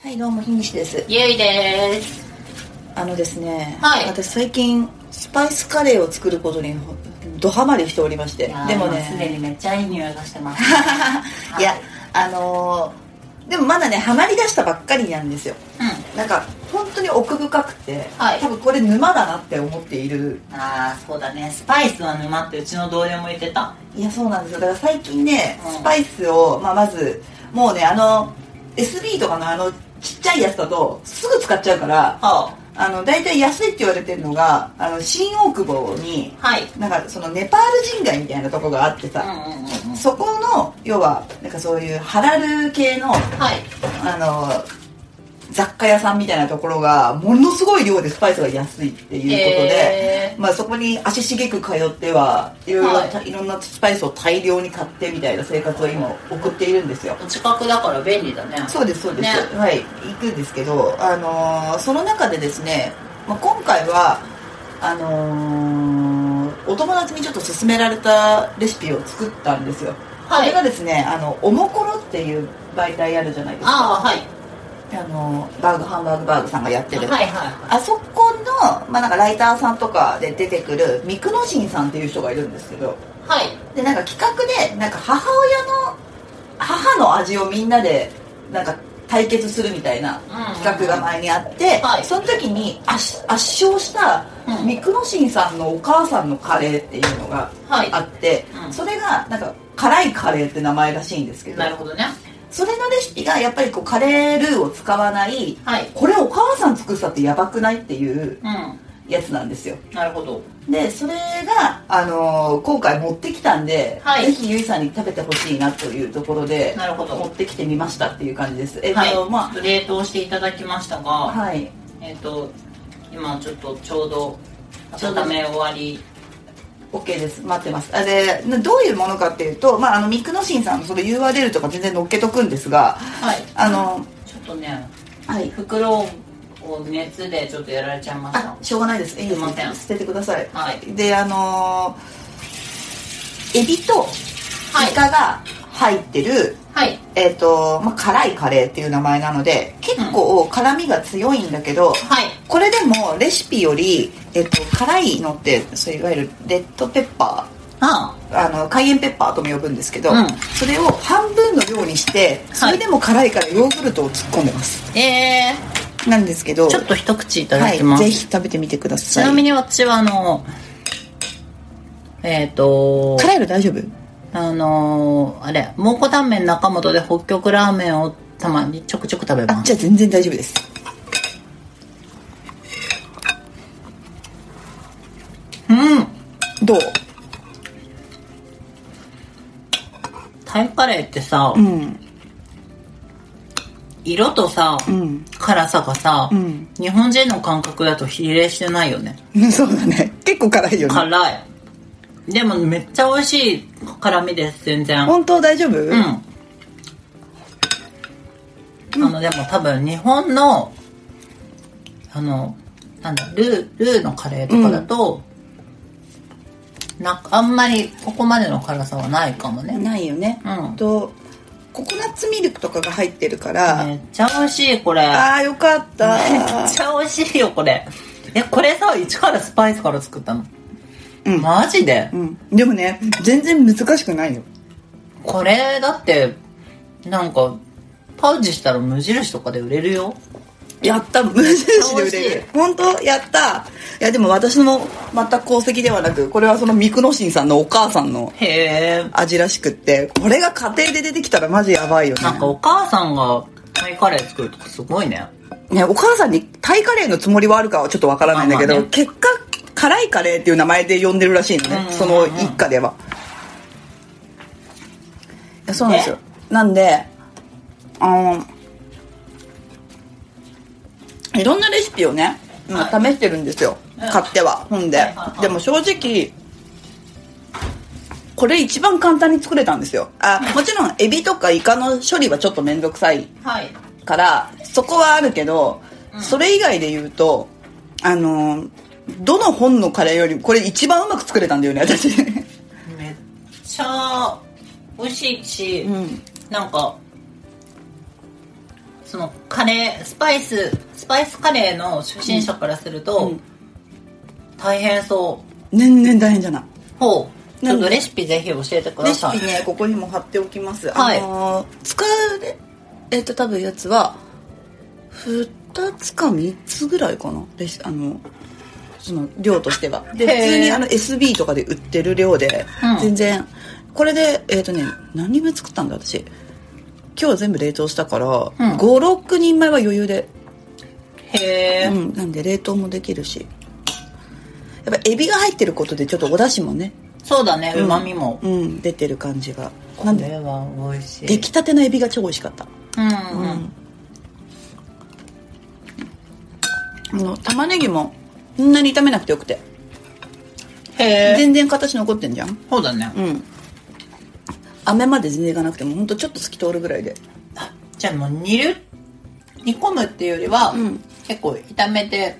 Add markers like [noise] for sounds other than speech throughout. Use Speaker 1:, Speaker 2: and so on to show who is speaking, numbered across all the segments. Speaker 1: はい、どうも、ひにしです。
Speaker 2: ゆいです。
Speaker 1: あのですね、
Speaker 2: はい
Speaker 1: 私最近、スパイスカレーを作ることに、ドハマりしておりまして。でも
Speaker 2: すで
Speaker 1: ね、
Speaker 2: にめっちゃいい匂いがし
Speaker 1: [laughs]
Speaker 2: てます。
Speaker 1: いや、あのーでもまだね、ハマり出したばっかりなんですよ。
Speaker 2: うん。
Speaker 1: なんか、本当に奥深くて、
Speaker 2: はい
Speaker 1: 多分これ沼だなって思っている。
Speaker 2: ああ、そうだね。スパイスは沼ってうちの同僚も言ってた。
Speaker 1: いや、そうなんですよ。だから最近ね、
Speaker 2: うん
Speaker 1: スパイスを、まあ、まず、もうね、あの、SB とかのあの、ちっちゃいやつだと、すぐ使っちゃうから、
Speaker 2: は
Speaker 1: あの、大体安いって言われてるのが、あの、新大久保に、
Speaker 2: あ、はい。
Speaker 1: なんかそのネパール人街みたいなとこがあってさ、
Speaker 2: うんうんうんうん。
Speaker 1: そこの要はなんかそういうハラル系の
Speaker 2: はい。
Speaker 1: あの雑貨屋さんみたいなところがものすごい量でスパイスが安いっていうことで、
Speaker 2: へ
Speaker 1: まあ、そこに足しげく通ってはいろいろ,、、
Speaker 2: はい
Speaker 1: ろんなスパイスを大量に買ってみたいな生活を今送っているんですよ
Speaker 2: お近くだから便利だね。
Speaker 1: そうですそうです、
Speaker 2: ね
Speaker 1: はい行くんですけど、あのーその中でですね、まあ、今回はあのーお友達にちょっと勧められたレシピを作ったんですよ、そ
Speaker 2: はい
Speaker 1: れがですねあのおもころっていう媒体あるじゃないですかあ
Speaker 2: ああ、はい。
Speaker 1: のーバーグハンバーグバーグさんがやってる、
Speaker 2: はいは
Speaker 1: あそこの、まあ、なんかライターさんとかで出てくるミクノシンさんっていう人がいるんですけど
Speaker 2: い。はい。
Speaker 1: でなんか企画でなんか母親の母の味をみんなでなんか対決するみたいな
Speaker 2: うん
Speaker 1: 企画が前にあって、
Speaker 2: はい
Speaker 1: その時に圧圧勝した
Speaker 2: うん
Speaker 1: ミクノシンさんのお母さんのカレーっていうのが
Speaker 2: はい
Speaker 1: あって、
Speaker 2: うん
Speaker 1: それがなんか辛いカレーって名前らしいんですけど
Speaker 2: なるほどね。
Speaker 1: それのレシピがやっぱりこうカレールーを使わない、
Speaker 2: はい
Speaker 1: これお母さん作ってたってやばくないっていう
Speaker 2: う
Speaker 1: やつなんですよ
Speaker 2: ん。なるほど。
Speaker 1: でそれが、あのー今回持ってきたんで、
Speaker 2: はい
Speaker 1: ぜひゆいさんに食べてほしいなというところで
Speaker 2: なるほど
Speaker 1: 持ってきてみましたっていう感じですえっと、
Speaker 2: はい。
Speaker 1: ま
Speaker 2: ちょっと冷凍していただきましたが、
Speaker 1: あはい
Speaker 2: えっ、と、今ちょっとちょうど
Speaker 1: ちょうど
Speaker 2: 温め終わり。
Speaker 1: OK です待ってますあでなどういうものかっていうと、まあ、あのミクノシンさんのその URL とか全然載っけとくんですが
Speaker 2: はい。
Speaker 1: あの
Speaker 2: ちょっとね、
Speaker 1: はい
Speaker 2: 袋を熱でちょっとやられちゃいました
Speaker 1: あ。しょうがないですいいです
Speaker 2: すいません
Speaker 1: 捨ててください、
Speaker 2: はい
Speaker 1: であのーエビと
Speaker 2: はい
Speaker 1: イカが入ってる、
Speaker 2: はい。
Speaker 1: えっとまあ、辛いカレーっていう名前なので結構辛みが強いんだけど、
Speaker 2: はい。
Speaker 1: これでもレシピより、えっと辛いのってそういわゆるレッドペッパ
Speaker 2: あ
Speaker 1: ーあのカイエンペッパーとも呼ぶんですけど、
Speaker 2: うん
Speaker 1: それを半分の量にしてそれでも辛いからヨーグルトを突っ込んでます、
Speaker 2: あ。え
Speaker 1: なんですけど
Speaker 2: ー、ちょっと一口いただ
Speaker 1: は
Speaker 2: きま
Speaker 1: い、
Speaker 2: す。
Speaker 1: ぜひ食べてみてくだ
Speaker 2: ち
Speaker 1: さい
Speaker 2: なみに私はあの、えっ、と、
Speaker 1: 辛いの大丈夫
Speaker 2: あのーあれ、蒙古タンメン中本で北極ラーメンをたまにちょくちょく食べ
Speaker 1: あ
Speaker 2: ま
Speaker 1: じゃ
Speaker 2: す。
Speaker 1: あ全然大丈夫です
Speaker 2: うん。
Speaker 1: どう
Speaker 2: タイカレーってさ、
Speaker 1: うん
Speaker 2: 色とさ、
Speaker 1: うん
Speaker 2: 辛さがさ、
Speaker 1: うん [laughs]
Speaker 2: 日本人の感覚だと比例してないよね。
Speaker 1: そうだね結構辛いよね
Speaker 2: 辛い。でもめっちゃ美味しい辛味です、全然。
Speaker 1: 本当大丈夫う
Speaker 2: うん。あの、でも多分日本の、あの、なんだ、ルー、ルーのカレーとかだと、なんかあんまりここまでの辛さはないかもね。
Speaker 1: ないよね、
Speaker 2: うん
Speaker 1: とココナッツミルクとかが入ってるから、
Speaker 2: めっちゃ美味しい、これ。
Speaker 1: ああよか
Speaker 2: [laughs]
Speaker 1: った
Speaker 2: めっちゃ美味しいよ、これ。え、これさ、一からスパイスから作ったの。
Speaker 1: うん
Speaker 2: マジで、
Speaker 1: うん、でもね全然難しくないよ
Speaker 2: これ、だって、なんか、パウチしたら無印とかで売れるよ。
Speaker 1: やった無印で売れ
Speaker 2: 美味
Speaker 1: る
Speaker 2: し
Speaker 1: 本当やったいやでも私の全く功績ではなくこれはそのミクノシンさんのお母さんの
Speaker 2: へえ。
Speaker 1: 味らしくってこれが家庭で出てきたらマジやばいよね
Speaker 2: なんかお母さんがタイカレー作るとかすごいね。
Speaker 1: ねお母さんにタイカレーのつもりはあるかはちょっとわからないんだけど、
Speaker 2: まあまあね
Speaker 1: 結果辛いカレーっていう名前で呼んでるらしいのね、
Speaker 2: うんうんうん
Speaker 1: その一家ではいやそうなんですよなんであのいろんなレシピをね今試してるんですよ、
Speaker 2: うん
Speaker 1: 買っては本で、
Speaker 2: はいはいはい
Speaker 1: でも正直これ一番簡単に作れたんですよあもちろんエビとかイカの処理はちょっと面倒くさい
Speaker 2: はい。
Speaker 1: からそこはあるけど、それ以外で言うとあのどの本のカレーよりもこれ一番うまく作れたんだよね私 [laughs]
Speaker 2: めっちゃ美味しいし、
Speaker 1: ん
Speaker 2: なんか、そのカレースパイススパイスカレーの初心者からすると、
Speaker 1: うん
Speaker 2: 大変そ
Speaker 1: 年々大変じゃないう
Speaker 2: ほうち
Speaker 1: なん
Speaker 2: ょっ
Speaker 1: で
Speaker 2: とレシピぜひ教えてくだ
Speaker 3: レシ
Speaker 2: さい
Speaker 3: ピねここにも貼っておきます、
Speaker 2: はい
Speaker 3: あの
Speaker 1: 使ええっと多分やつは2つか3つぐらいかなレシあのその量としてはで
Speaker 2: へー
Speaker 1: 普通にあの SB とかで売ってる量で、
Speaker 2: うん
Speaker 1: 全然これでえっ、とね何人分作ったんだ私今日全部冷凍したから、
Speaker 2: ん
Speaker 1: 56人前は余裕で、
Speaker 2: へえ、
Speaker 1: うん、なんで冷凍もできるしやっぱエビが入ってることでちょっとお出汁もね、
Speaker 2: そうだねうまみも、
Speaker 1: うん、出てる感じがなん
Speaker 2: こ
Speaker 1: で
Speaker 2: れは美味しい
Speaker 1: 出来たてのエビが超美味しかった
Speaker 2: うんうん、
Speaker 1: あの玉ねぎもそんなに炒めなくてよくて
Speaker 2: へえ
Speaker 1: 全然形残ってんじゃん
Speaker 2: そうだね、
Speaker 1: うん飴まで全然いかなくてもほんとちょっと透き通るぐらいで
Speaker 2: じゃあもう煮る煮込むっていうよりは、
Speaker 1: ん
Speaker 2: 結構炒めて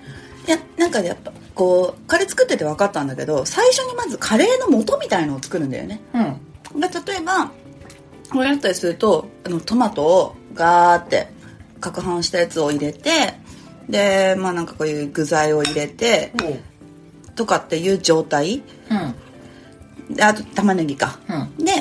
Speaker 1: いやなんかやっぱこうカレー作ってて分かったんだけど最初にまずカレーの素みたいのを作るんだよね
Speaker 2: うん
Speaker 1: が例えばこれだったりするとあのトマトをガーって攪拌したやつを入れてでまあなんかこういう具材を入れてとかっていう状態
Speaker 2: うん
Speaker 1: であと玉ねぎか
Speaker 2: うん
Speaker 1: で、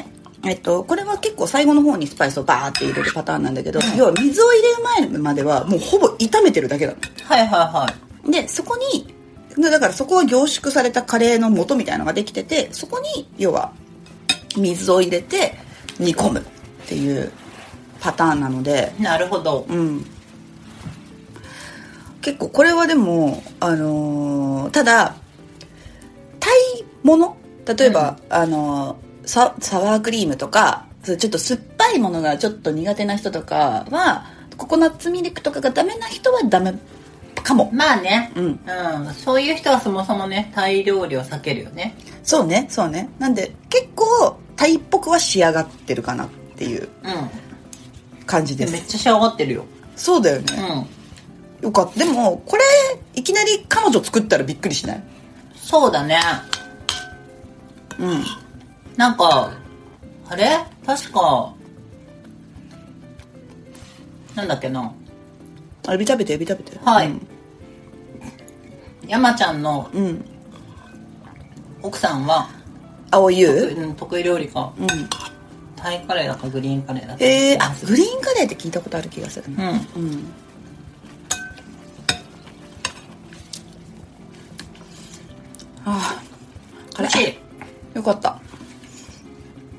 Speaker 1: えっと、これは結構最後の方にスパイスをバーって入れるパターンなんだけど、要は水を入れる前まではもうほぼ炒めてるだけだ
Speaker 2: はいはいはい
Speaker 1: でそこにでだからそこは凝縮されたカレーの素みたいのができててそこに要は水を入れて煮込むっていうパターンなので
Speaker 2: なるほど
Speaker 1: うん結構これはでも、あのーただタイもの例えば、あのーササワークリームとかそうちょっと酸っぱいものがちょっと苦手な人とかはココナッツミルクとかがダメな人はダメかも
Speaker 2: まあね
Speaker 1: うん
Speaker 2: うん、そういう人はそもそもねタイ料理を避けるよね
Speaker 1: そうねそうねなんで結構タイっぽくは仕上がってるかなっていう
Speaker 2: うん
Speaker 1: 感じで
Speaker 2: でめっ
Speaker 1: す
Speaker 2: ちゃ仕上がってるよ
Speaker 1: そうだよ
Speaker 2: う
Speaker 1: ね、
Speaker 2: ん
Speaker 1: よかったでもこれいきなり彼女作ったらびっくりしない
Speaker 2: そうだね
Speaker 1: うん
Speaker 2: なんかあれ確かなんだっけな
Speaker 1: エビ食べてエビ食べて
Speaker 2: はい
Speaker 1: うん
Speaker 2: 山ちゃんの
Speaker 1: うん
Speaker 2: 奥さんは
Speaker 1: 青い湯
Speaker 2: うん得意料理か
Speaker 1: うん
Speaker 2: タイカレーだかグリーンカレーだか
Speaker 1: えー、あグリーンカレーって聞いたことある気がする
Speaker 2: う
Speaker 1: な、
Speaker 2: ん
Speaker 1: うん、ああ
Speaker 2: 美味しい
Speaker 1: よかったっ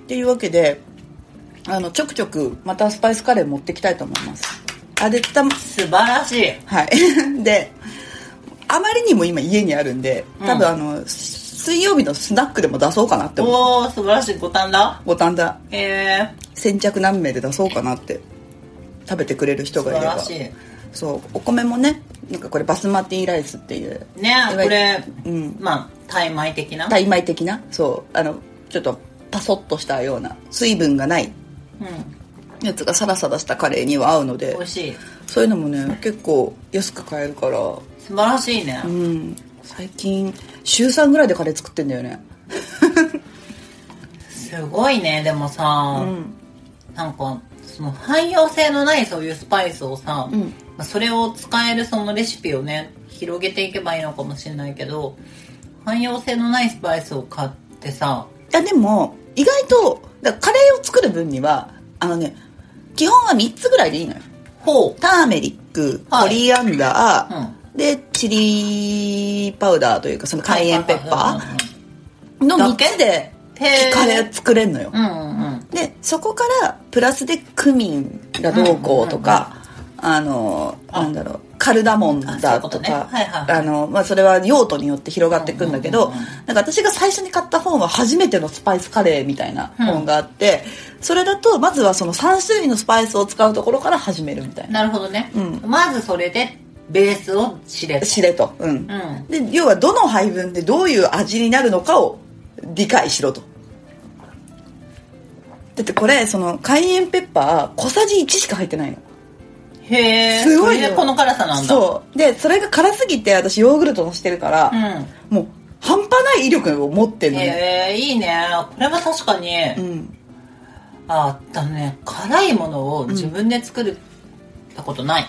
Speaker 1: ていうわけであのちょくちょくまたスパイスカレー持ってきたいと思いますあでた
Speaker 2: 素晴らしい
Speaker 1: はい [laughs] であまりにも今家にあるんで多分あの、水曜日のスナックでも出そうかなって思う
Speaker 2: おお素晴らしい五反田
Speaker 1: 五反田
Speaker 2: へえ
Speaker 1: 先着何名で出そうかなって食べてくれる人
Speaker 2: 素
Speaker 1: がい
Speaker 2: 晴
Speaker 1: れ
Speaker 2: ら
Speaker 1: ば
Speaker 2: しい
Speaker 1: そうお米もねなんかこれバスマティライスっていう
Speaker 2: ね
Speaker 1: いわ
Speaker 2: こ
Speaker 1: ゆる
Speaker 2: れ、
Speaker 1: うん
Speaker 2: まあタイ米的な、
Speaker 1: 大米的なそうあのちょっとパソッとしたような水分がない
Speaker 2: うん、
Speaker 1: やつがサラサラしたカレーには合うので
Speaker 2: 美味しい
Speaker 1: そういうのもね結構安く買えるから
Speaker 2: 素晴らしいね、
Speaker 1: うん最近週3ぐらいでカレー作ってんだよね
Speaker 2: すごいねでもさ、
Speaker 1: ん
Speaker 2: なんかその汎用性のないそういうスパイスをさ、
Speaker 1: ん
Speaker 2: まあそれを使えるそのレシピをね広げていけばいいのかもしれないけど汎用性のないスパイスを買ってさ
Speaker 1: いやでも意外とだからカレーを作る分にはあのね基本は3つぐらいでいいのよ
Speaker 2: ほ
Speaker 1: ターメリック、
Speaker 2: はい
Speaker 1: コリアンダ
Speaker 2: う
Speaker 1: ー、
Speaker 2: ん
Speaker 1: でチリパウダーというかそのカイエンペッパーの3つで
Speaker 2: へー
Speaker 1: カレー作れんのよ
Speaker 2: う、んうんうんうん
Speaker 1: でそこからプラスでクミンがどうこうとか、あのなんだろうカルダモンだと
Speaker 2: あそういうこ
Speaker 1: か
Speaker 2: とねはいはいはい
Speaker 1: あのまあそれは用途によって広がっていくんだけど、
Speaker 2: うんうんうん
Speaker 1: なんか私が最初に買った本は初めてのスパイスカレーみたいな本があって、それだとまずはその3種類のスパイスを使うところから始めるみたいな
Speaker 2: なるほどね、
Speaker 1: ん
Speaker 2: まずそれでベースを知れる
Speaker 1: しれと、うん
Speaker 2: うん
Speaker 1: で要はどの配分でどういう味になるのかを理解しろとだってこれそのカイエンペッパー小さじ1しか入ってないの
Speaker 2: へえ
Speaker 1: すごい
Speaker 2: そ
Speaker 1: ね
Speaker 2: れでこの辛さなんだ
Speaker 1: そうでそれが辛すぎて私ヨーグルトのしてるから、
Speaker 2: ん
Speaker 1: もう半端ない威力を持ってるのね、
Speaker 2: へえいいねこれは確かに、
Speaker 1: うん
Speaker 2: ああのね辛いものを自分で作るったことない